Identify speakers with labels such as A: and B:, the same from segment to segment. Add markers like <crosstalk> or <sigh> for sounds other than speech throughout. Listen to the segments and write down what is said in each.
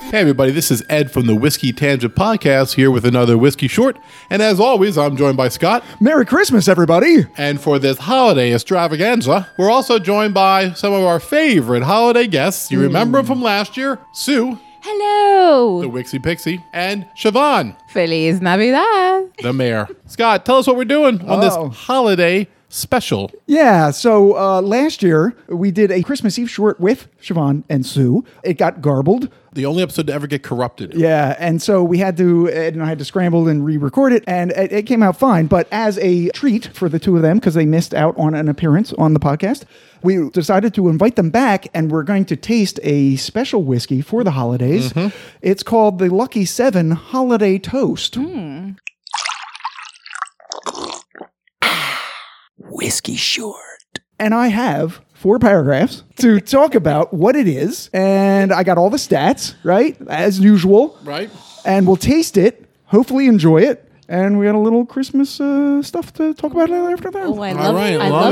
A: Hey, everybody, this is Ed from the Whiskey Tangent Podcast here with another Whiskey Short. And as always, I'm joined by Scott.
B: Merry Christmas, everybody!
A: And for this holiday extravaganza, we're also joined by some of our favorite holiday guests. You remember 'em from last year Sue, the
C: Hello.
A: Wixie Pixie, and Siobhan,
C: Feliz Navidad.
A: the mayor. Scott, tell us what we're doing on this
B: Oh.
A: holiday special.
B: Yeah, so uh, last year we did a Christmas Eve short with Siobhan and Sue. It got garbled.
A: The only episode to ever get corrupted.
B: Yeah, and so we had to, Ed and I had to scramble and re record it, and it, it came out fine. But as a treat for the two of them, because they missed out on an appearance on the podcast, we decided to invite them back, and we're going to taste a special whiskey for the holidays. It's called the Lucky Seven Holiday Toast.
D: Whiskey Short.
B: and I have four paragraphs to talk about what it is. And I got all the stats, right? As usual.
A: Right?
B: And we'll taste it, hopefully enjoy it. And we got a little Christmas uh, stuff to talk about after that.
C: I
A: All right, love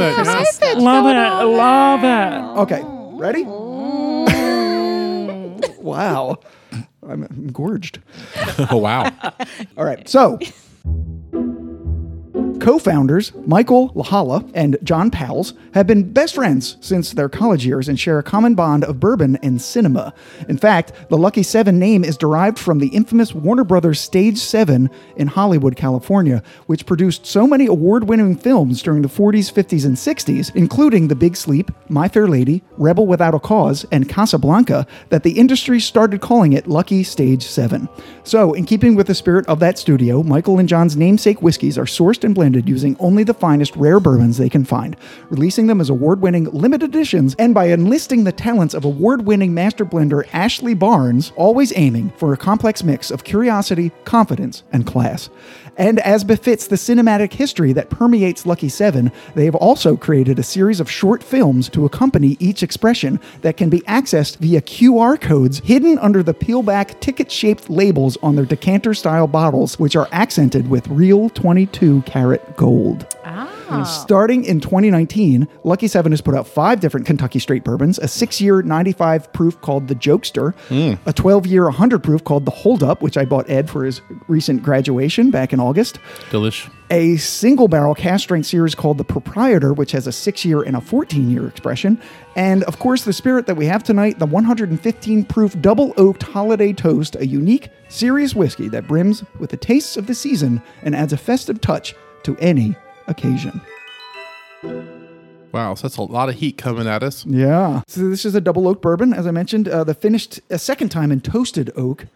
A: it.
C: the
A: Yes.
C: hype that's
E: Love
C: going
E: it.
C: on.
E: Love it.
B: Okay, ready? <laughs> wow. I'm I'm gorged.
A: <laughs> oh, wow.
B: All right, so. Co founders Michael Lahala and John Powles have been best friends since their college years and share a common bond of bourbon and cinema. In fact, the Lucky Seven name is derived from the infamous Warner Brothers Stage Seven in Hollywood, California, which produced so many award winning films during the 40s, 50s, and 60s, including The Big Sleep, My Fair Lady, Rebel Without a Cause, and Casablanca, that the industry started calling it Lucky Stage 7. So, in keeping with the spirit of that studio, Michael and John's namesake whiskeys are sourced and blended using only the finest rare bourbons they can find, releasing them as award winning limited editions and by enlisting the talents of award winning master blender Ashley Barnes, always aiming for a complex mix of curiosity, confidence, and class. And as befits the cinematic history that permeates Lucky Seven, they have also created a series of short films to accompany each expression that can be accessed via QR codes hidden under the peel back ticket shaped labels on their decanter style bottles, which are accented with real 22 karat gold. Starting in 2019, Lucky Seven has put out five different Kentucky straight bourbons a six year 95 proof called the Jokester, a 12 year 100 proof called the Hold Up, which I bought Ed for his recent graduation back in August,
A: Delish.
B: a single barrel cast strength series called the Proprietor, which has a six year and a 14 year expression, and of course, the spirit that we have tonight, the 115 proof double oaked holiday toast, a unique, serious whiskey that brims with the tastes of the season and adds a festive touch to any occasion.
A: Wow, so that's a lot of heat coming at us.
B: Yeah. So this is a double oak bourbon, as I mentioned. Uh, the finished a second time in toasted oak.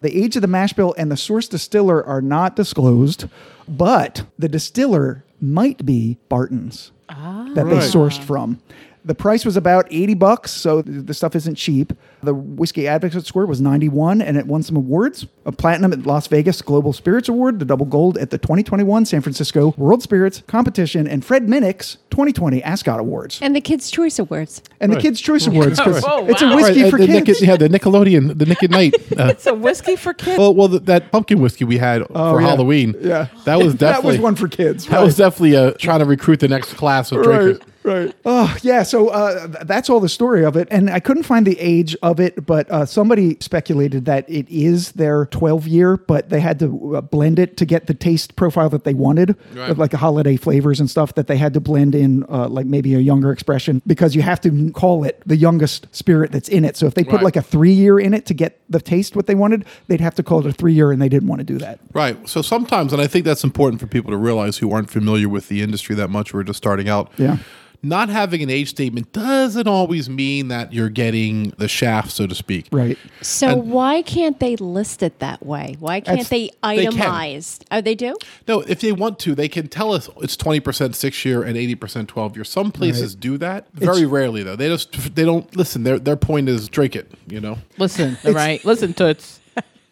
B: The age of the mash bill and the source distiller are not disclosed, but the distiller might be Barton's that they
A: Right.
B: sourced from. The price was about 80 bucks, so th- the stuff isn't cheap. The Whiskey Advocate score was 91, and it won some awards a platinum at Las Vegas Global Spirits Award, the double gold at the 2021 San Francisco World Spirits Competition, and Fred Minnick's 2020 Ascot Awards
C: And the Kids' Choice Awards.
B: and the Kids Choice Awards because
E: Oh,
B: it's a
E: wow.
B: whiskey
A: Right,
B: for
A: uh, the
B: kids.
A: Nick- yeah, the Nickelodeon, the Nick at <laughs> Night. uh,
E: It's a whiskey for kids.
A: well, well, th- that pumpkin whiskey we had for
B: Oh, yeah.
A: Halloween.
B: Yeah.
A: that was
B: <laughs> that
A: definitely
B: was one for kids.
A: That was definitely uh, trying to recruit the next class of drinkers.
B: right. Oh, yeah. So uh, th- that's all the story of it, and I couldn't find the age of it, but uh, somebody speculated that it is their 12 year, but they had to uh, blend it to get the taste profile that they wanted,
A: Right.
B: with, like holiday flavors and stuff that they had to blend in, uh, like maybe a younger expression, because you have to call it the youngest spirit that's in it. So if they put
A: Right.
B: like a three year in it to get the taste what they wanted, they'd have to call it a three year, and they didn't want to do that.
A: Right. So sometimes, and I think that's important for people to realize who aren't familiar with the industry that much, or just starting out.
B: Yeah.
A: Not having an age statement doesn't always mean that you're getting the shaft, so to speak.
B: Right.
C: So why can't they list it that way? Why
B: That's-
C: can't they
A: can.
C: itemize? oh, they do?
A: No, if they want to, they can tell us it's twenty percent six year and eighty percent twelve year. Some places do that. Very rarely though. They just they don't listen. Their their point is drink it. You know,
E: Listen, all right? Listen, Toots.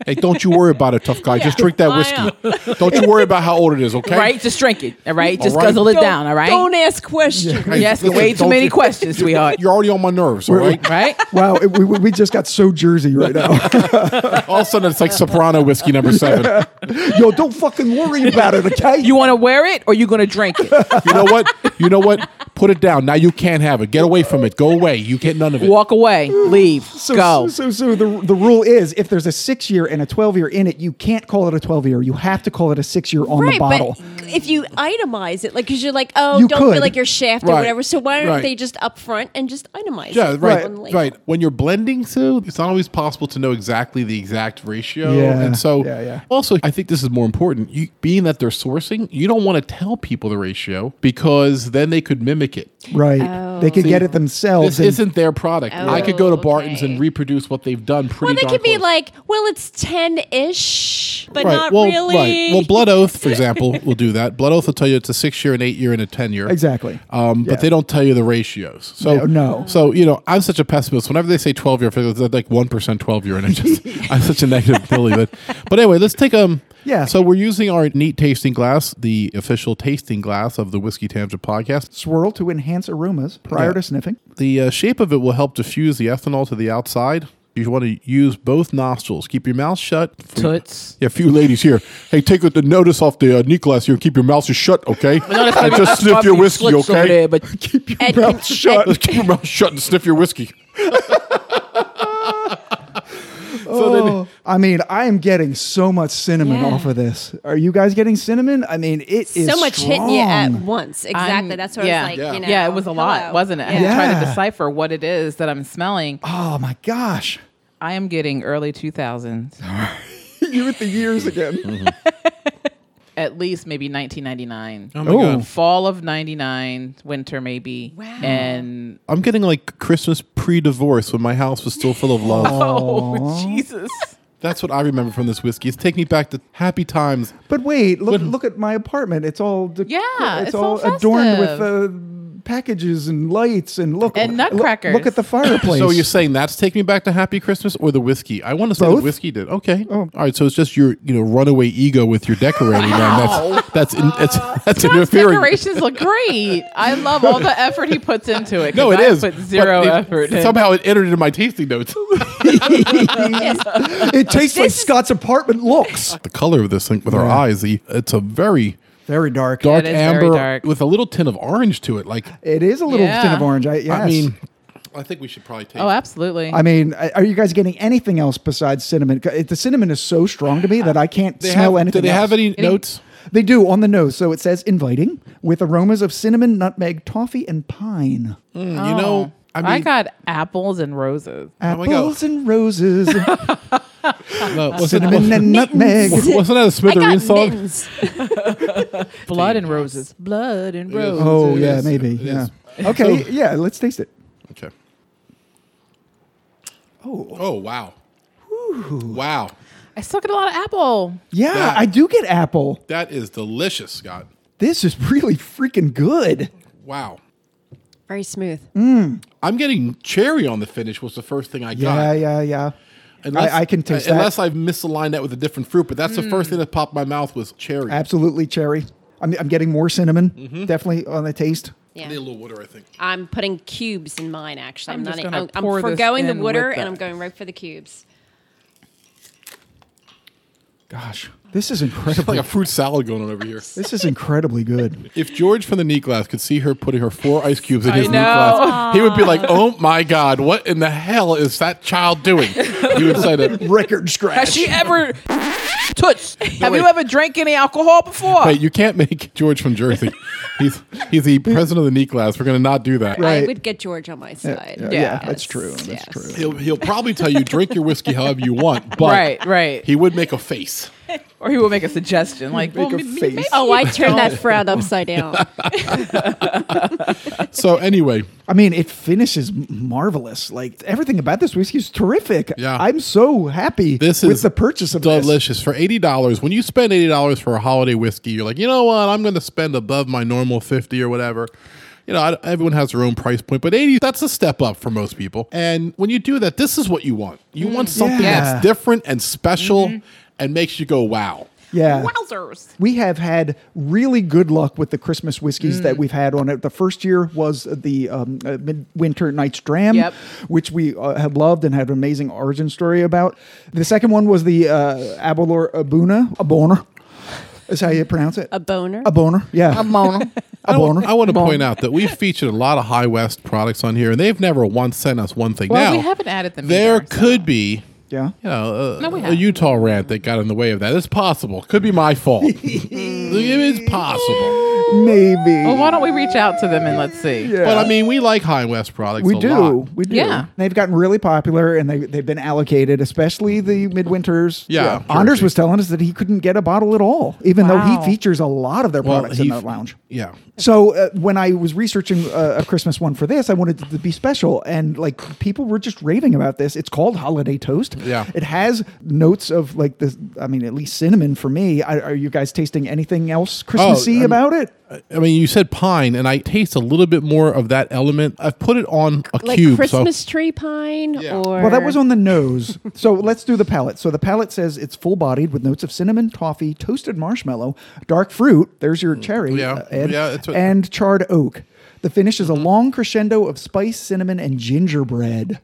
A: hey, don't you worry about it, tough guy. Just drink that
E: I
A: whiskey. don't you worry about how old it is. Okay.
E: Right? Just drink it, all right? Just
A: right.
E: guzzle it down, all right?
C: Don't ask questions.
A: Hey,
E: You're asking
A: listen,
E: way too
A: don't
E: many
A: you-
E: questions, sweetheart.
A: You're already on my nerves. All right.
E: Right?
B: Wow, it, we, we we just got so Jersey right now. <laughs>
A: All of a sudden, it's like Soprano whiskey number seven.
B: Yo, don't fucking worry about it, okay?
E: You want to wear it or you going to drink it?
A: You know what? You know what? Put it down. Now you can't have it. Get away from it. Go away. You get none of it.
E: Walk away, leave,
B: So,
E: go.
B: So, so the, the rule is if there's a six year and a 12 year in it, you can't call it a 12 year. You have to call it a six year on the
C: right,
B: bottle.
C: but if you itemize it, like, because you're like, oh,
B: You
C: don't
B: could.
C: feel like you're shafted
A: Right.
C: or whatever. So why don't
A: Right.
C: they just up front and just itemize?
A: Yeah,
C: it
A: right,
C: on
A: right.
C: the label?
A: When you're blending, too, it's not always possible to know exactly the exact ratio.
B: Yeah,
A: and so,
B: yeah, yeah.
A: also, I think this is more important. You, being that they're sourcing, you don't want to tell people the ratio because then they could mimic it.
B: right. They could
A: See,
B: get it themselves.
A: This
B: and-
A: isn't their product. I could go to
C: Oh,
A: Barton's
C: okay.
A: and reproduce what they've done pretty
C: Well, they
A: darn
C: could be
A: close.
C: like, well, it's ten ish, but not
A: well,
C: really.
A: Right. Well, Blood Oath, for
C: <laughs>
A: example, will do that. Blood Oath will tell you it's a six year, an eight year, and a ten year.
B: Exactly.
A: Um,
B: Yeah.
A: But they don't tell you the ratios. So
B: No, no.
A: So you know, I'm such a pessimist. Whenever they say 12 year, I figure it's like one percent 12 year, and I <laughs> just I'm such a negative Billy. But but anyway, let's take um.
B: Yeah.
A: So we're using our neat tasting glass, the official tasting glass of the Whiskey Tangent podcast.
B: Swirl to enhance aromas prior
A: Yeah.
B: to sniffing.
A: The uh, shape of it will help diffuse the ethanol to the outside. You want to use both nostrils. Keep your mouth shut.
E: Toots.
A: Yeah, a few ladies here. Hey, take the notice off the uh, knee glass here. Keep your mouth shut, okay? And just sniff your whiskey,
E: Slicks over
A: okay?
E: there, but
C: And- and-
A: Just keep your mouth shut and sniff your <laughs> whiskey.
B: Oh, I mean, I am getting so much cinnamon
C: Yeah.
B: off of this. Are you guys getting cinnamon? I mean, it is
C: so much hitting you at
B: strong.
C: once. Exactly.
E: I'm-
C: That's what
E: yeah.
C: I was like.
A: Yeah.
C: You know,
E: yeah, it was a lot,
C: hello.
E: wasn't it? I had
B: Yeah.
E: to try
B: Yeah.
E: to decipher what it is that I'm smelling.
B: Oh my gosh,
E: I am getting early 2000s,
B: <laughs> you with the years again.
E: at least maybe 1999.
A: my
B: Oh. God.
E: Fall of 99, winter maybe.
C: Wow.
E: And
A: I'm getting like Christmas pre divorce when my house was still full of love.
E: oh, <laughs> Jesus.
A: That's what I remember from this whiskey. It's taking me back to happy times.
B: But wait, look look at my apartment. It's all dec-
E: Yeah,
B: it's,
E: it's
B: all,
E: all
B: adorned with uh,
E: festive.
B: packages and lights and look
E: And
B: look-
E: nutcrackers.
B: Look, at the fireplace.
A: So you're saying that's taking me back to happy Christmas or the whiskey? I want to say
B: Both. Oh.
A: the whiskey did. Okay. All right. So it's just your you know runaway ego with your decorating. man. That's that's in, that's, that's
E: Tom's
A: interfering.
E: decorations look great. I love all the effort he puts into it.
A: No,
E: 'cause
A: it
E: I
A: is.
E: Put zero
A: but it-
E: effort. in.
A: Somehow it entered into my tasting
E: <laughs>
A: notes.
B: <laughs> it tastes like Scott's apartment looks.
A: the color of this thing with our eyes, the, it's a very
B: Very dark.
A: dark
E: It is very
A: amber
E: dark.
A: with a little tint of orange to it. Like,
B: It is a little
E: Yeah.
B: tint of orange. I, yes.
A: I mean, I think we should probably taste.
E: Oh, absolutely.
B: I mean, a- are you guys getting anything else besides cinnamon? 'Cause it- The cinnamon is so strong to me that I can't
A: They
B: smell
A: have,
B: anything.
A: do they
B: else.
A: have any notes?
B: They do on the nose. So it says inviting with aromas of cinnamon, nutmeg, toffee, and pine.
A: Mm, You know, I mean,
E: Oh. got apples and roses.
A: my God.
B: Apples and roses, <laughs>
E: <laughs>
A: no, uh, wasn't, <laughs>
B: cinnamon and nutmeg.
C: Mittens.
A: wasn't that a
C: I got
A: Smithereens song?
C: mittens.
E: Blood and roses. Blood and
A: is.
E: roses.
B: Oh
A: It
B: yeah,
A: is.
B: maybe.
A: It
B: Yeah.
A: is.
B: Okay. Yeah. Let's taste it.
A: Okay. Oh. Oh wow. Wow,
E: I still get a lot of apple.
B: Yeah,
A: That-
B: I do get apple.
A: that is delicious, Scott.
B: This is really freaking good.
A: Wow.
C: Very smooth.
A: I'm getting cherry on the finish was the first thing I got.
B: Yeah, yeah, yeah. I- I can taste that. Mm.
A: unless I've misaligned that with a different fruit, but that's the first thing that popped my mouth was cherry.
B: Absolutely cherry. I'm, I'm getting more cinnamon,
A: Mm-hmm.
B: definitely on the taste.
A: I
C: Yeah.
A: need a little water, I think.
C: I'm putting cubes in mine. Actually, I'm,
E: I'm
C: not.
E: just
C: In,
E: gonna
C: I'm, I'm
E: pour this
C: forgoing the
E: in
C: water,
E: with
C: and
E: the-
C: I'm going right for the cubes.
B: Gosh, this is
A: Like
B: incredible.
A: a fruit salad going on over here.
B: <laughs> this is incredibly good.
A: If George from the knee glass could see her putting her four ice cubes in his knee
E: know.
A: glass, he would be like, "Oh my god, what in the hell is that child doing?" He would say
B: <laughs>
A: that.
B: Record
E: Has
B: scratch.
E: she ever touched? <laughs> Have
A: wait.
E: you ever drank any alcohol before?
A: Wait, you can't make <laughs> George from Jersey. He's he's the president of the knee glass. We're going to not do that.
B: Right.
C: I would get George on my side.
B: yeah,
E: yeah,
B: that's
C: Yes,
B: true. That's
C: yes.
B: true.
A: He'll he'll probably tell you drink your whiskey however you want, but
E: right, right.
A: he would make a face.
E: or he will make a suggestion like, well,
B: a
E: me- me-
B: face.
E: maybe-
C: Oh, I
B: <laughs>
C: turned that frown upside down.
A: So anyway,
B: I mean, it finishes m- marvelous. Like everything about this whiskey is terrific.
A: Yeah.
B: I'm so happy
A: This
B: with
A: is
B: the purchase of this.
A: delicious for eighty dollars. When you spend eighty dollars for a holiday whiskey, you're like, you know what? I'm going to spend above my normal fifty or whatever. You know, I, everyone has their own price point, but eighty—that's a step up for most people. And when you do that, this is what you want. You want something
B: Yeah.
A: that's different and special, and makes you go, "Wow!"
B: Yeah.
E: Wowzers.
B: We have had really good luck with the Christmas whiskeys
E: Mm.
B: that we've had on it. The first year was the um, uh, Midwinter Night's Dram,
E: Yep.
B: which we uh, had loved and had an amazing origin story about. The second one was the uh, Abalor Abuna, Aboner, is how you pronounce it.
C: A boner.
B: Aboner, yeah. Aboner. A
A: I,
B: boner.
A: want, I want to point out that we've featured a lot of High West products on here, and they've never once sent us one thing.
E: Well,
A: now,
E: we haven't added them
A: There
E: either, so-
A: could be,
B: yeah.
A: you know, a,
E: we
A: a
E: haven't.
A: Utah rant that got in the way of that. It's possible. Could be my
E: <laughs>
A: fault. it is possible.
B: Maybe.
E: Well, why don't we reach out to them and let's see?
A: But I mean, we like High West products.
B: we
A: a
B: do.
A: lot.
B: We do.
E: Yeah.
B: They've gotten really popular and they, they've been allocated, especially the midwinters.
A: Yeah,
B: Anders
A: Jersey.
B: was telling us that he couldn't get a bottle at all, even though
E: Wow.
B: he features a lot of their
A: Well,
B: products
A: he
B: in the
A: f-
B: lounge.
A: Yeah.
B: So uh, when I was researching uh, a Christmas one for this, I wanted it to be special, and like people were just raving about this. It's called Holiday Toast.
A: Yeah.
B: it has notes of like this. I mean, at least cinnamon for me. I, are you guys tasting anything else
A: Oh,
B: Christmassy
A: I'm-
B: about it?
A: I mean, you said pine, and I taste a little bit more of that element. I've put it on a
C: Like
A: cube.
C: Christmas tree pine
A: Yeah.
C: or
B: Well, that was on the nose. so let's do the palate. So the palate says it's full bodied with notes of cinnamon, toffee, toasted marshmallow, dark fruit. There's your cherry.
A: Mm, yeah.
B: uh, Ed,
A: Yeah, Mm-hmm. that's what-
B: and charred oak. The finish is a long crescendo of spice, cinnamon, and gingerbread.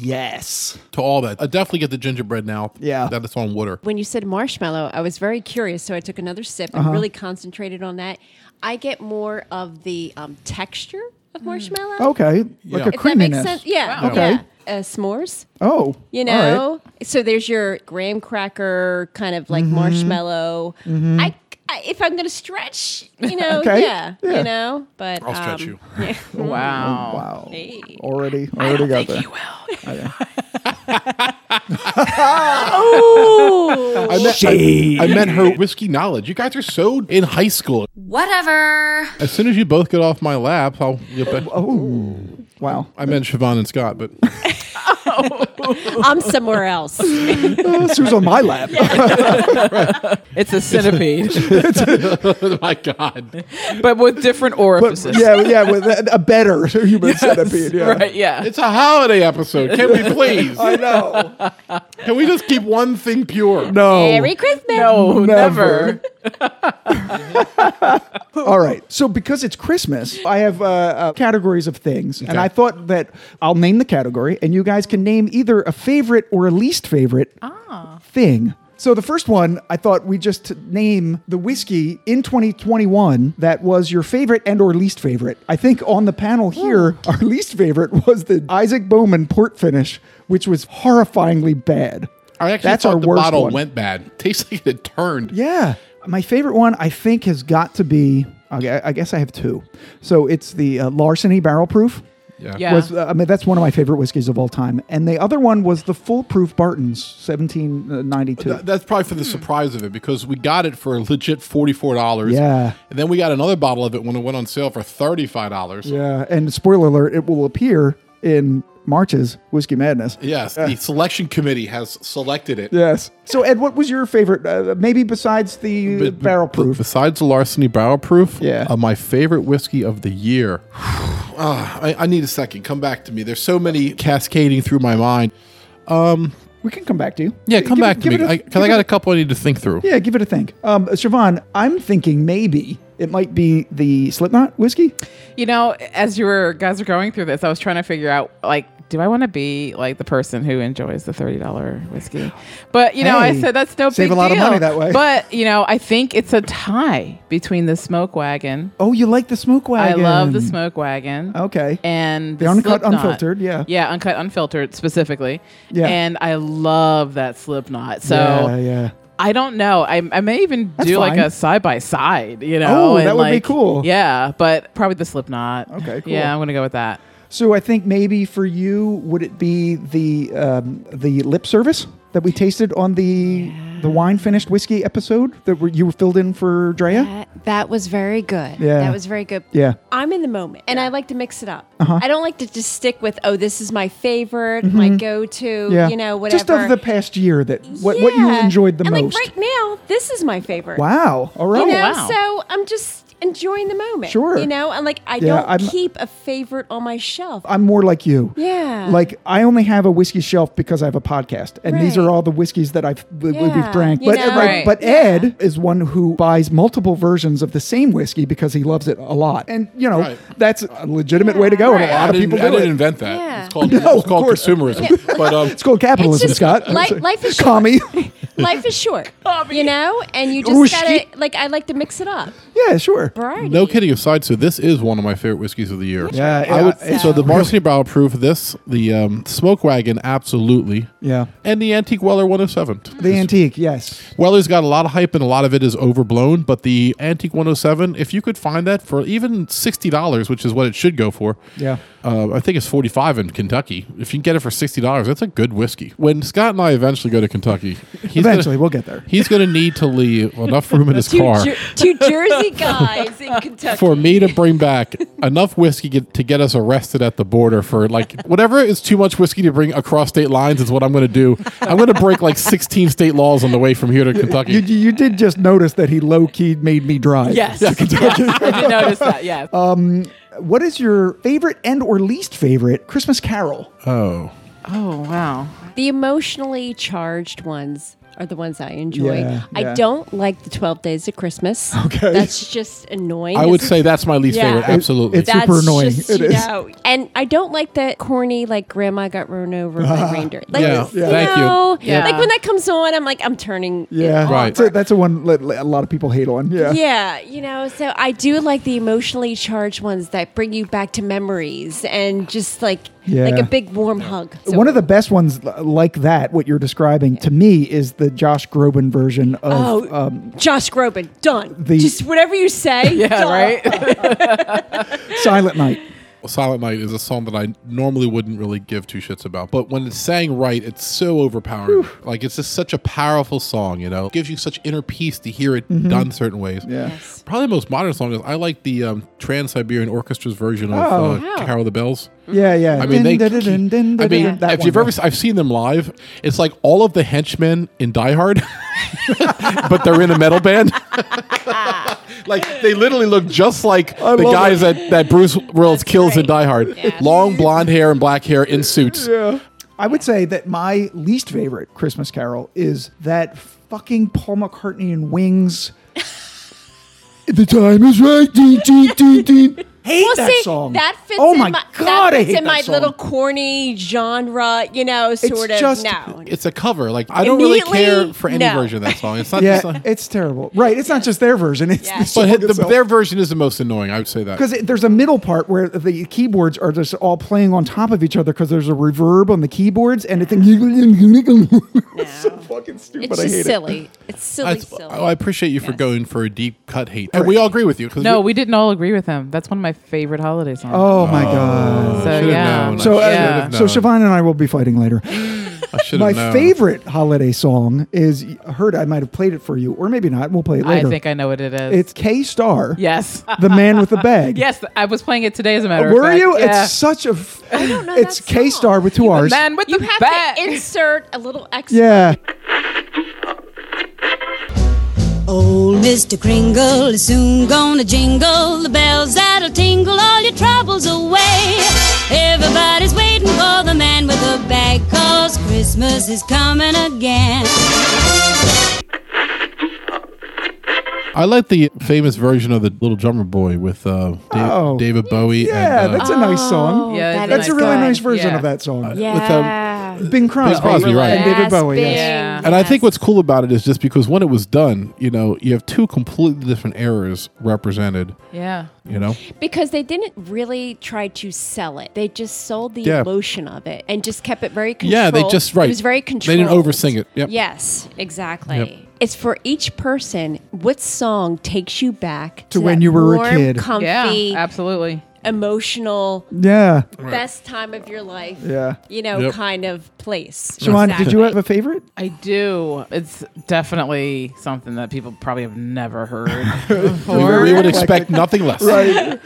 B: Yes.
A: So to all that, I definitely get the gingerbread now.
B: Yeah.
A: that it's on water.
C: when you said marshmallow, I was very curious, so I took another sip
B: Uh-huh.
C: and really concentrated on that. I get more of the um, texture of marshmallow.
B: Okay.
A: Yeah.
B: Like a
C: if that makes
B: Oh, creaminess.
C: sense. Yeah.
B: Wow. Okay.
C: Yeah. Uh, s'mores.
B: Oh.
C: You
B: all right.
C: know, so there's your graham cracker kind of
B: Mm-hmm.
C: like marshmallow. I, I, if I'm gonna stretch,
B: <laughs>
C: you know,
B: Okay.
C: yeah,
B: Yeah.
C: you know, but um,
A: I'll stretch
E: Um,
A: you.
C: yeah.
E: Wow.
B: Wow. Already, already
C: I don't
B: got
C: think
B: there. <laughs>
C: you will. <laughs>
B: <laughs>
C: oh,
A: I meant, I, I meant
E: <laughs>
A: her whiskey knowledge. You guys are so in high school.
F: Whatever.
A: As soon as you both get off my lap, I'll get back.
B: Oh, wow.
A: I meant Siobhan and Scott, but
C: I'm somewhere else.
B: <laughs> Uh, Sue's on my
C: <laughs>
B: lap.
E: It's a centipede,
A: <laughs> oh
E: <laughs>
A: my God.
E: but with different
B: But
E: orifices.
B: yeah, yeah, with a, a better <laughs> human centipede. <laughs> Yeah.
E: Right, yeah.
A: It's a holiday episode. Can we please?
B: <laughs> I know.
A: Can we just keep one thing pure?
B: No.
C: Merry Christmas.
E: no,
B: <laughs>
E: never.
B: All right. So because it's Christmas, I have uh, uh, categories of things, and
A: Okay.
B: I thought that I'll name the category, and you guys can name either a favorite or a least favorite
A: Ah.
B: thing. So the first one, I thought we just name the whiskey in 2021 that was your favorite and or least favorite. I think on the panel here, our <laughs> least favorite was the Isaac Bowman port finish, which was horrifyingly bad.
A: I actually
B: That's
A: thought
B: our
A: the
B: worst
A: bottle
B: one.
A: went bad. <laughs> Tastes like it turned.
B: Yeah. My favorite one, I think, has got to be. okay, I guess I have two. So it's the uh, Larceny Barrel Proof.
E: Yeah.
B: Was, uh, I mean, that's one of my favorite whiskeys of all time. And the other one was the Foolproof Bartons, uh, 1792.
A: Th- That's probably for the surprise of it because we got it for a legit forty-four dollars.
B: Yeah.
A: and then we got another bottle of it when it went on sale for thirty-five dollars.
B: yeah. And spoiler alert, it will appear in March's Whiskey Madness.
A: Yes, the selection committee has selected it.
B: Yes. So, Ed, what was your favorite? Uh, maybe besides the
A: But-
B: barrel
A: but
B: proof.
A: Besides the larceny barrel proof,
B: Yeah.
A: uh, my favorite whiskey of the
B: <sighs>
A: year. Ah, I, I need a second. Come back to me. There's so many cascading through my mind.
B: we can come back to you.
A: Yeah, come
B: Give it-
A: back to
B: give
A: me
B: it a-
A: because I,
B: give it
A: got
B: a-
A: a couple I need to think through.
B: Yeah, give it a think. Um, Siobhan, I'm thinking maybe it might be the Slipknot whiskey.
E: You know, as you were guys were going through this, I was trying to figure out like, do I want to be like the person who enjoys the thirty dollar whiskey? But you know,
B: Hey,
E: I said that's no
B: save
E: big
B: a lot of
E: deal.
B: money that way.
E: But you know, I think it's a tie between the smoke wagon.
B: Oh, you like the smoke wagon?
E: I love the smoke wagon.
B: Okay.
E: And
B: Oh. The uncut,
E: Slipknot.
B: unfiltered, yeah.
E: Yeah, uncut, unfiltered specifically.
B: Yeah.
E: And I love that Slipknot. So
B: yeah, yeah.
E: I don't know. I, I may even
B: That's
E: do
B: fine.
E: like a side by side, you know?
B: Oh, that
E: and,
B: would be
E: like-
B: cool.
E: Yeah, but probably the Slipknot.
B: Okay, cool.
E: Yeah, I'm going to go with that. <laughs>
B: So I think maybe for you, would it be the um, the lip service that we tasted on the the wine finished whiskey episode that were, you filled in for Drea?
C: That, that was very good.
B: Yeah.
C: That was very good.
B: Yeah. Uh-huh.
C: I'm in the moment and I like to mix it up. I don't like to just stick with, oh, this is my favorite, my go to,
B: Mm-hmm. yeah,
C: you know, whatever.
B: Just of the past year, that what, what you
C: Yeah.
B: enjoyed the
C: and
B: most.
C: Like right now, this is my favorite.
B: wow! All right.
C: You know,
E: wow.
C: so I'm just enjoying the moment.
B: Sure.
C: You know, and like I
B: Yeah,
C: don't
B: I'm-
C: keep a favorite on my shelf.
B: I'm more like you.
C: Yeah. <laughs>
B: Like I only have a whiskey shelf because I have a podcast, and these
C: Right.
B: are all the whiskeys that I've we- we- we've
C: Yeah,
B: drank.
C: you
B: But
C: know?
B: but-
E: Right.
B: but Ed is one who buys multiple versions of the same whiskey because he loves it a lot, and you know
A: Right.
B: that's a legitimate way to go, and a
A: I
B: lot of
A: didn't,
B: people
A: I
B: do
A: didn't
B: it.
A: invent that.
C: Yeah.
A: It's called,
B: <laughs> No,
A: it's called
B: of course.
A: consumerism. But um,
B: <laughs> It's called capitalism,
C: just
B: Scott.
C: li- life is short.
B: commie.
C: <laughs>
B: <laughs>
C: Life is short. You know, and you just
B: Whoosh.
C: gotta like I like to mix it up.
B: yeah, sure. sure.
C: Variety.
A: No kidding aside, so this is one of my favorite whiskeys of the year.
B: Yeah,
A: I would,
B: yeah, it's
A: so the Varsity Barrel Proof, this, the um, Smoke Wagon, absolutely.
B: Yeah.
A: And the Antique Weller 107.
B: The antique, yes.
A: Weller's got a lot of hype and a lot of it is overblown, but the Antique 107, if you could find that for even $60, which is what it should go for.
B: Yeah.
A: Uh, I think it's 45 in Kentucky. If you can get it for $60, that's a good whiskey. When Scott and I eventually go to Kentucky, he's
B: Eventually,
A: gonna,
B: we'll get there.
A: He's going to need to leave enough room in his
C: two,
A: car
C: Jer- two Jersey guys in Kentucky.
A: <laughs> for me to bring back enough whiskey get, to get us arrested at the border for like whatever is too much whiskey to bring across state lines is what I'm going to do. I'm going to break like 16 state laws on the way from here to Kentucky.
B: You, you did just notice that he low key made me drive.
E: Yes. I did notice that. Yes.
B: Uh, What is your favorite and or least favorite Christmas Carol?
A: oh.
E: oh wow.
C: The emotionally charged ones are the ones I enjoy.
B: Yeah, yeah.
C: I don't like the 12 Days of Christmas.
B: Okay.
C: That's just annoying.
A: I would say that's my least
C: Yeah.
A: favorite.
C: It-
A: Absolutely.
B: it's- super annoying.
C: Just,
B: It
C: you
B: is.
C: know, and I don't like that corny, like grandma got run over
B: Ah,
C: by a reindeer. Like,
A: Yeah.
C: you
A: Yeah. Thank you.
C: know,
E: Yeah.
C: like when that comes on, I'm like, I'm turning.
B: Yeah,
A: Right.
B: So that's a one that a lot of people hate on. Yeah,
C: Yeah, you know, so I do like the emotionally charged ones that bring you back to memories and just like like
B: Yeah.
C: a big warm hug. So-
B: One of the best ones l- like that, what you're describing to me, is the Josh Groban version of
C: Oh,
B: um,
C: Josh Groban, done.
B: the-
C: just whatever
B: <laughs>
C: you say.
E: Yeah.
C: done. <laughs>
E: Right.
B: Silent Night.
A: Silent Night is a song that I normally wouldn't really give two shits about, but when it's sang right, it's so overpowering. Like it's just such a powerful song, you know. It gives you such inner peace to hear it done certain ways.
B: Yeah.
A: Probably the most modern song is I like the um, Trans Siberian Orchestra's version of uh,
C: Wow.
A: Carol of the Bells.
B: Yeah, yeah.
A: I mean, they.
B: Dun, dun, dun, dun,
A: I
B: dun,
A: mean,
B: dun, that
A: if you've
B: one,
A: ever,
B: yeah.
A: I've seen them live. It's like all of the henchmen in Die Hard, <laughs> but they're in a metal band. <laughs> like they literally look just like the
B: love
A: guys that, that Bruce Willis kills in
C: great.
A: Die Hard.
C: Yeah.
A: Long blonde hair and black hair in suits.
B: I would say that my least favorite Christmas Carol is that fucking Paul McCartney and Wings. the time is right. Ding, ding, ding, ding. <laughs> Hate
C: Well,
B: that
C: see,
B: song.
C: that fits
B: oh
C: in
B: my
C: my,
B: god,
C: that
B: I
C: fits
B: hate
C: in
B: that
C: my
B: song.
C: little corny genre, you know, sort of.
B: just-
C: no.
A: It's a cover. Like I don't really
C: Immediately,
A: care for any
C: no.
A: version of that song. It's not. just
B: Yeah,
C: <laughs>
A: like,
B: it's terrible. Right, it's not just their version. It's
C: Yeah.
B: the
C: But
B: song
A: but the,
B: itself.
A: their version is the most annoying. I would say that.
B: because there's a middle part where the keyboards are just all playing on top of each other because there's a reverb on the keyboards and it's <laughs> it's so fucking stupid.
C: It's
B: I hate
C: just
B: it.
C: silly. It's silly,
A: That's-
C: silly.
A: I appreciate you for going for a deep cut hate, and we all agree with you. 'cause
E: No, we didn't all agree with him. That's one of my favorite holiday songs.
B: Oh my god.
E: so
A: should've
E: yeah.
A: known.
B: So, uh,
E: yeah.
A: should've
B: so
A: known.
B: Siobhan and I will be fighting later.
A: I should
B: My
A: have known.
B: favorite holiday song is I heard I might have played it for you, or maybe not. We'll play it
E: I
B: later.
E: think I know what it is.
B: it's K Star,
E: yes.
B: <laughs> the man
C: <laughs>
B: with the bag.
E: <laughs>
B: Uh,
E: Yes, I was playing it today. As a matter of
B: Were
E: fact.
B: you?
E: Yeah.
B: It's such a. F- I
C: don't know
B: It's
C: that song.
B: K Star with two R's.
E: man with
C: you
E: the
C: have
E: bat.
C: to insert
B: <laughs>
C: a little extra.
B: Yeah.
F: Old Mr. Kringle is soon gonna jingle the bells that'll tingle all your troubles away. Everybody's waiting for the man with the bag, cause Christmas is coming again.
A: I like the famous version of the Little Drummer Boy with uh, Dave,
B: Oh.
A: David Bowie.
B: Yeah,
A: and, uh,
B: that's a nice song.
E: Yeah,
C: Oh, that
E: it's
B: That's
C: is
B: a really
C: good.
B: nice version
E: Yeah.
B: of that song.
C: Yeah.
B: Bing Crosby,
A: Crosby, right.
B: and David
C: Yes,
B: Bowie.
C: Bing.
B: Yes.
E: Yeah.
A: and I think
C: Yes.
A: what's cool about it is just because when it was done, you know, you have two completely different eras represented.
E: Yeah.
A: You know,
C: because they didn't really try to sell it. They just sold the
A: Yeah.
C: emotion of it and just kept it very controlled.
A: Yeah, they just- right.
C: It was
A: They
C: very
A: didn't
C: controlled.
A: oversing it. Yep.
C: Yes, exactly.
A: Yep.
C: It's for each person. What song takes you back to,
B: when
C: that
B: you were a
C: warm,
B: kid.
C: Comfy,
E: Yeah. Absolutely.
C: emotional,
B: Yeah.
C: best time of your life.
B: Yeah.
C: You know,
A: Yep.
C: kind of place.
B: Siobhan, did you
C: Exactly.
B: have a favorite?
E: I do. It's definitely something that people probably have never heard <laughs> before.
A: we would expect nothing less.
B: Right.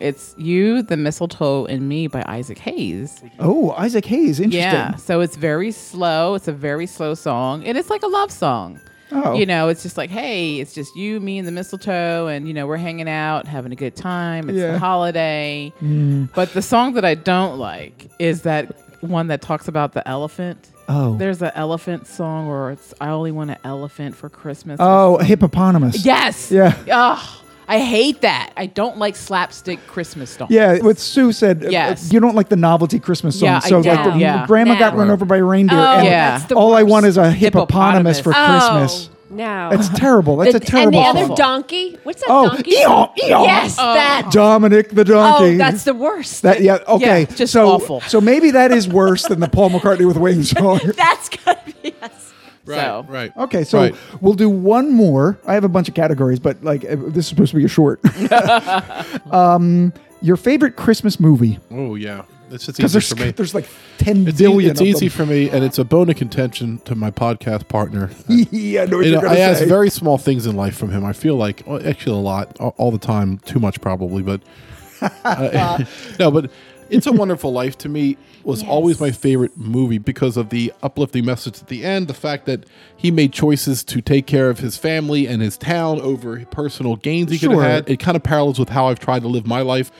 E: It's You, the Mistletoe, and Me by Isaac Hayes.
B: oh, Isaac Hayes. Interesting.
E: Yeah. So it's very slow. It's a very slow song. And it's like a love song.
B: Oh.
E: You know, it's just like, hey, it's just you, me, and the mistletoe, and you know, we're hanging out, having a good time. It's
B: Yeah. Mm.
E: the holiday. But the song that I don't like is that one that talks about the elephant.
B: Oh.
E: There's an elephant song, or it's I only want an elephant for Christmas. or
B: Oh, a hippopotamus.
E: Yes.
B: Yeah.
E: Ugh, I hate that. I don't like slapstick Christmas songs.
B: Yeah, what Sue said. uh,
E: Yes.
B: You don't like the novelty Christmas song.
E: Yeah, I
B: so like,
E: don't.
B: the-
E: Yeah.
B: grandma got
C: No.
B: run over by a reindeer.
C: Oh,
B: and
E: Yeah.
C: that's the
B: All I
C: worst.
B: want is a hippopotamus, for
E: Hippopotamus.
B: Christmas.
C: Oh. No.
B: That's terrible. That's a
C: The-
B: terrible.
C: And the other
B: song.
C: donkey. What's that
B: Oh,
C: donkey?
B: eon, eon.
C: Yes, that.
B: Dominic the donkey.
C: Oh, that's the worst.
B: that. Yeah. Okay.
E: Yeah, just
B: so
E: awful.
B: so maybe that is worse than the Paul McCartney with wings song.
C: That's gonna be yes.
A: Right.
E: So-
A: Right.
B: Okay, so
A: Right.
B: we'll do one more. I have a bunch of categories, but like uh, this is supposed to be
A: <laughs>
B: a short. um, your favorite Christmas movie?
A: Oh yeah. It's just
B: Because
A: easy
B: there's
A: for me.
B: there's like ten billion.
A: It's, easy, it's
B: of
A: easy
B: them.
A: for me, and it's a bone of contention to my podcast partner.
B: <laughs> yeah, I know what
A: You
B: you're
A: know, I
B: gonna
A: ask
B: say.
A: very small things in life from him. I feel like well, actually a lot, a- all the time, too much probably, but uh, <laughs> no. But "It's a Wonderful Life" to me was always my favorite movie because of the uplifting message at the end. The fact that he made choices to take care of his family and his town over personal gains he could
B: Sure.
A: have had. It kind of parallels with how I've tried to live my life.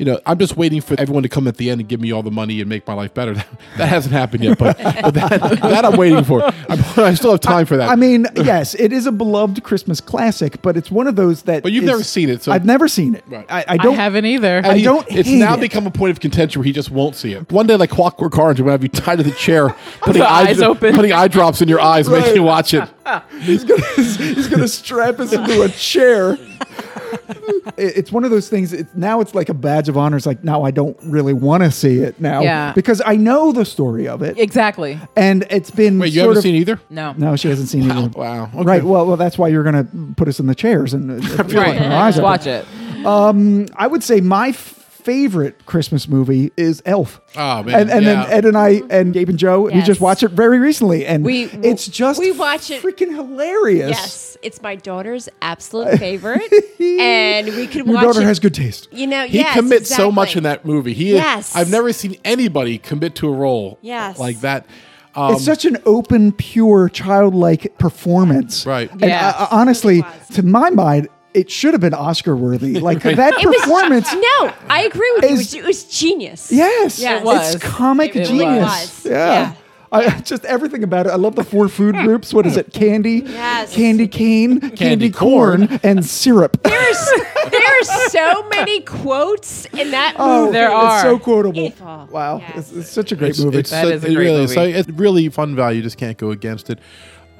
A: You know, I'm just waiting for everyone to come at the end and give me all the money and make my life better. <laughs> that hasn't happened yet, but, but that, <laughs> that I'm waiting for. I'm, <laughs> I still have time for that.
B: I mean, yes, it is a beloved Christmas classic, but it's one of those that.
A: But you've
B: is-
A: never seen it, so-
B: I've never seen it.
A: Right.
B: I, I
E: I
B: don't.
E: haven't either.
B: I
A: And he-
B: don't
A: It's
B: hate
A: now
B: it.
A: become a point of contention where he just won't see it. One day, like Clockwork Orange, I'm gonna have you tied to the
E: <laughs>
A: chair, putting
E: The eyes open.
A: putting eye drops in your eyes, and
B: Right.
A: making you watch
E: <laughs>
A: it.
B: he's gonna <laughs> he's gonna strap us into a chair. <laughs> It- It's one of those things. It, now it's like a badge of honor. It's like now I don't really want to see it now
E: Yeah.
B: because I know the story of it,
E: exactly.
B: and it's been.
A: Wait, you
B: sort
A: haven't
B: of-
A: seen either?
E: No.
B: No, she hasn't
A: <laughs>
B: seen it. either.
A: Wow. Okay.
B: Right. Well, well, that's why you're gonna put us in the chairs
A: <laughs>
B: and uh,
E: Right.
B: her eyes
E: Just
B: open.
E: watch it.
B: I would say my f- favorite Christmas movie is Elf.
A: Oh, man,
B: And, and then
A: yeah.
B: Ed and I and Gabe and Joe, we
C: Yes.
B: just watched it very recently, and
C: We-
B: it's just
C: we watch it-
B: freaking hilarious.
C: Yes, it's my daughter's absolute favorite, and we could
B: Your
C: watch.
B: daughter
C: it-
B: has good taste.
C: You know,
A: He
C: yes,
A: commits so much
C: exactly.
A: in that movie. He
C: Yes.
A: is. I've never seen anybody commit to a role.
C: Yes.
A: Like that. Um,
B: it's such an open, pure, childlike performance.
A: Right.
B: And
E: Yeah.
B: I- I- honestly, to my mind, it should have been Oscar worthy.
A: <laughs>
B: Like that
C: It was-
B: performance.
C: no, I agree with you. It
B: is-
C: was, it was genius.
B: Yes,
C: Yes. It
E: was.
B: It's comic
E: It really
B: genius.
C: was.
B: Yeah.
C: Yeah.
B: I, I just everything about it. I love the four food groups. What is it? Candy,
C: Yes.
B: candy cane, candy, corn,
A: corn.
B: and syrup. <laughs>
C: There's there's so many quotes in that movie.
E: There
B: Oh, It's
E: are.
B: so quotable.
C: It's-
B: wow,
C: yes.
B: it's, it's such a great
A: It's,
B: movie. Oh,
A: it's
E: That
A: so-
E: is a
A: it
E: great
A: really is. So
E: movie.
A: it's really fun value. Just can't go against it.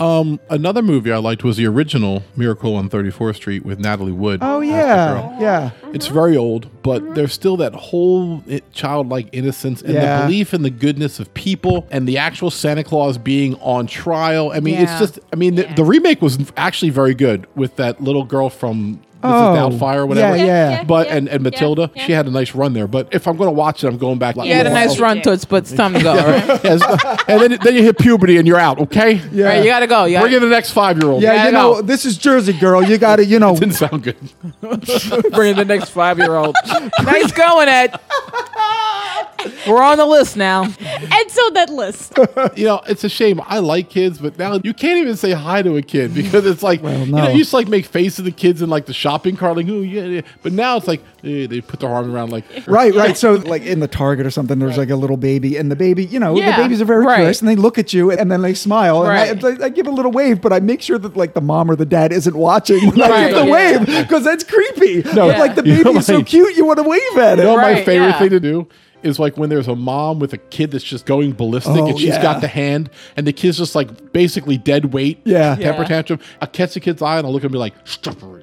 A: Um, another movie I liked was the original Miracle on 34th Street with Natalie Wood.
B: oh
A: as the
B: yeah,
A: girl.
B: yeah.
A: It's
E: Mm-hmm.
A: very old, but there's still that whole i- childlike innocence and
B: Yeah.
A: the belief in the goodness of people and the actual Santa Claus being on trial. I mean, it's
E: Yeah.
A: just, I mean, the, the remake was actually very good with that little girl from. This
B: Oh,
A: is Doubtfire, whatever.
B: yeah, yeah. Yeah,
A: But
C: yeah,
A: and, and
C: yeah,
A: Matilda,
C: yeah.
A: she had a nice run there. But if I'm going to watch it, I'm going back.
E: You had a
C: Yeah.
E: nice run, Toots, but it's time to go. Right?
A: <laughs> Yes. and then, then you hit puberty and you're out. Okay. Yeah.
E: Right, you gotta go. You
A: Bring in
E: gotta,
A: the next five year old.
B: Yeah, you
E: I
B: know,
E: know.
B: this is Jersey girl. You got to, you know,
A: Didn't sound good.
E: bring in the next five year old. <laughs> nice going, Ed. We're on the list now.
C: And so that list.
A: you know, it's a shame. I like kids, but now you can't even say hi to a kid because it's like, you know,
B: no.
A: you used to like make faces of the kids in like the shopping cart, like, oh, yeah, yeah. But now it's like, eh, they put their arm around, like,
E: <laughs>
B: Right, right. So, <laughs> like in the Target or something, there's like a little baby, and the baby, you know,
E: Yeah,
B: the babies are very
E: right.
B: curious, and they look at you, and then they smile, and I-
E: Right.
B: I, I give a little wave, but I make sure that like the mom or the dad isn't watching when I give
E: Right,
B: the
E: yeah.
B: wave because that's creepy. No,
A: No,
B: like the
A: you <laughs>
B: baby
A: know,
B: is so
A: like-
B: cute, you want to wave at it.
A: you know, my
E: Right,
A: favorite
E: yeah.
A: thing to do is like when there's a mom with a kid that's just going ballistic
B: Oh,
A: and she's
B: yeah.
A: got the hand and the kid's just like basically dead weight,
B: Yeah.
A: temper
E: Yeah.
A: tantrum. I catch the kid's eye and I look at him and be like, "Strippery."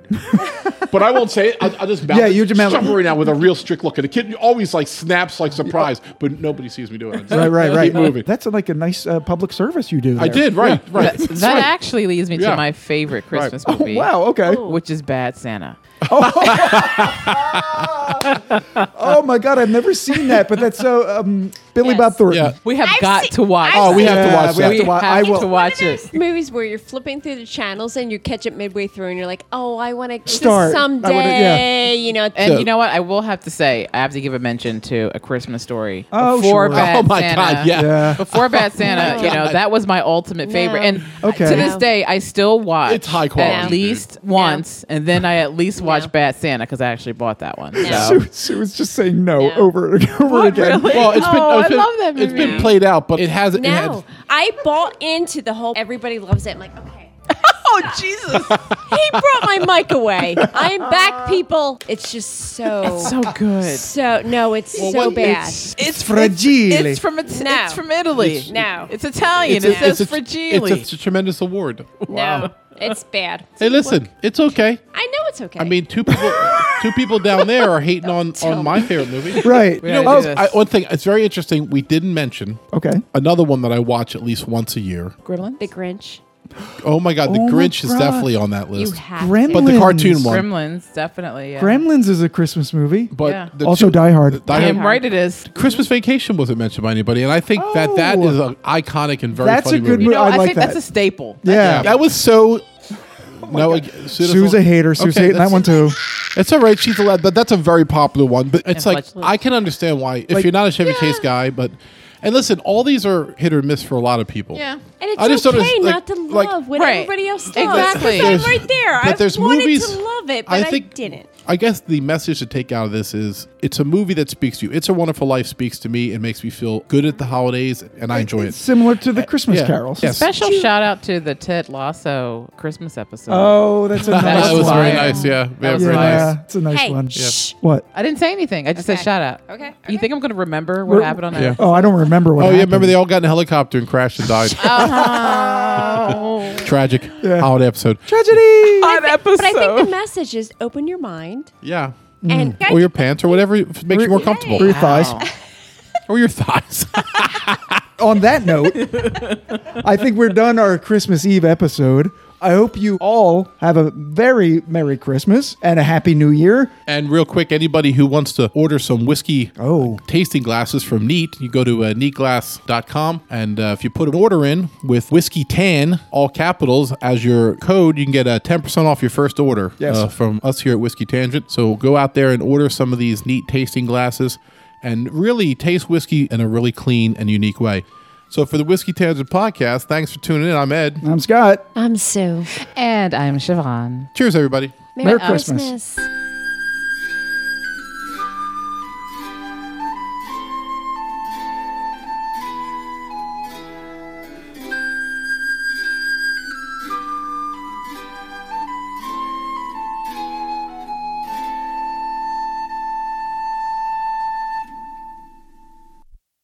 E: <laughs>
A: But I won't say it. I'll, I'll just mouth
B: Yeah,
A: it,
B: you just mouth it.
A: "Strippery" now with a real strict look. And the kid always like snaps like surprise, but nobody sees me doing it.
B: Right, right, right.
A: Keep moving.
B: That's like a nice uh, public service you do.
A: I
B: there.
A: did, right, right.
E: That, that actually leads me
A: Yeah.
E: to my favorite Christmas
B: Oh,
E: movie.
B: wow. Okay. Oh.
E: Which is Bad Santa.
B: Oh my God, I've never seen that, but that's so um, Billy
C: Yes.
B: Bob Thornton.
A: Yeah.
E: We have
C: I've
E: got
C: seen-
E: to watch.
C: I've Oh,
A: we
C: seen
A: have to
B: Yeah,
A: watch
B: we
A: that.
B: have to wa- I
E: have
B: will-
E: to watch it.
C: movies where you're flipping through the channels and you catch it midway through and you're like, oh, I want to
B: Start. I wanna-
C: someday,
B: yeah.
C: you know.
E: And
A: So-
E: you know what? I will have to say, I have to give a mention to A Christmas Story.
B: Oh,
E: before
B: sure.
E: Bad
A: Oh, my
E: Santa,
A: God, yeah.
B: Yeah.
A: <laughs>
E: Before Bad
C: <laughs>
E: Santa,
C: No.
E: you know, that was my ultimate favorite.
C: No.
E: And
B: Okay.
E: to this
C: No.
E: day, I still watch
A: It's high quality,
E: at
A: dude.
E: least once, and then I at least watch
C: No.
E: Bad Santa because I actually bought that one.
B: Sue,
E: <laughs> So.
B: Sue was just saying no,
C: No.
B: over and <laughs> over again.
A: <laughs> Well, it's been,
E: Oh,
A: it's
E: I
A: been-
E: love that
A: It's been
E: movie.
A: played out, but it has. It
C: no,
A: has
C: I bought into the whole everybody loves it. I'm like, okay.
E: Oh Jesus!
C: He brought my mic away. I am back, people. It's just so
E: <laughs> so good.
C: so no, it's so bad.
E: It's
B: fragile.
E: It's, it's from it's,
C: No.
E: it's from Italy.
C: It's- No.
E: it's Italian.
A: a-
E: it says
A: a-
E: fragile.
A: It's a tremendous award.
C: No, it's
A: <laughs>
C: bad.
A: Hey, listen, it's okay.
C: I know it's okay.
A: I mean, two people, two people down there are hating on on my favorite movie.
B: Right. Oh,
E: Yeah,
A: You know,
E: it is.
A: I- one thing it's very interesting. We didn't mention
B: Okay.
A: another one that I watch at least once a year.
E: Gremlins.
C: the Grinch.
A: Oh my god, The
B: Oh my
A: Grinch is
B: God.
A: definitely on that
C: You
A: list.
C: have
B: Gremlins.
C: to.
A: But the cartoon one.
E: Gremlins, definitely. Yeah.
B: Gremlins is a Christmas movie.
A: But
E: Yeah.
A: the
B: Also
A: two-
B: Die Hard.
A: Die
E: Damn
A: Hard-
E: right it is.
A: Christmas Vacation wasn't mentioned by anybody, and I think that that
B: Oh.
A: is an iconic and very
B: That's a
A: funny
B: good
A: movie.
B: movie.
E: No,
B: I
E: I,
B: like
E: think
B: that.
E: that's a staple.
B: Yeah.
A: That was so. no, like, Sue's,
B: Sue's a hater. Sue's hating that one too.
A: It's all right. She's a lad, but that's a very popular one. But it's like
E: Fletch Lewis.
A: I can understand why if you're not a Chevy Chase guy, but and listen, all these are hit or miss for a lot of people.
E: Yeah.
C: And it's
A: I just don't
C: okay
A: understand, like-
C: not to
A: like-
C: love what
E: Right.
C: everybody else does.
E: Exactly.
C: That's
A: There's-
C: that right there.
A: but
C: I
A: there's
C: wanted
A: movies-
C: to love it, but
A: I
C: I,
A: think-
C: didn't.
A: I guess the message to take out of this is it's a movie that speaks to you. It's a Wonderful Life speaks to me. It makes me feel good at the holidays, and I enjoy it.
B: Similar to the Christmas
A: Uh, Yeah.
B: carols.
A: Yes.
E: Special shout out to the Ted Lasso Christmas episode.
A: <laughs>
B: Oh, that's a nice
A: That was
B: one.
A: very
E: fire.
A: nice. Yeah, yeah,
E: was
B: Yeah,
A: very nice.
B: it's a nice
C: Hey,
B: one.
C: shh.
B: What?
E: I didn't say anything. I just
C: Okay.
E: said shout out.
C: Okay,
E: You
C: okay.
E: think I'm going to remember what
B: We're-
E: happened on <laughs>
A: Yeah.
E: that?
B: Oh, I don't remember what.
A: Oh yeah, remember they all got in a helicopter and crashed and died. <laughs> Tragic holiday episode.
B: tragedy.
E: Odd
C: But I think <laughs>
E: episode.
C: the message is open your mind
A: Yeah.
C: and
A: Mm. Or your pants, or whatever makes you more comfortable,
B: Three thighs.
A: or your thighs.
B: on that note, I think we're done our Christmas Eve episode. I hope you all have a very Merry Christmas and a Happy New Year.
A: And real quick, anybody who wants to order some whiskey
B: Oh.
A: tasting glasses from Neat, you go to uh, neatglass.com. And uh, if you put an order in with whiskey tan, all capitals, as your code, you can get uh, 10% off your first order
B: Yes.
A: uh, from us here at Whiskey Tangent. So go out there and order some of these Neat tasting glasses and really taste whiskey in a really clean and unique way. So for the Whiskey Tangent podcast, thanks for tuning in. I'm Ed.
B: I'm Scott.
C: I'm Sue.
E: And I'm Siobhan.
A: Cheers, everybody.
B: Merry Christmas.
C: Christmas.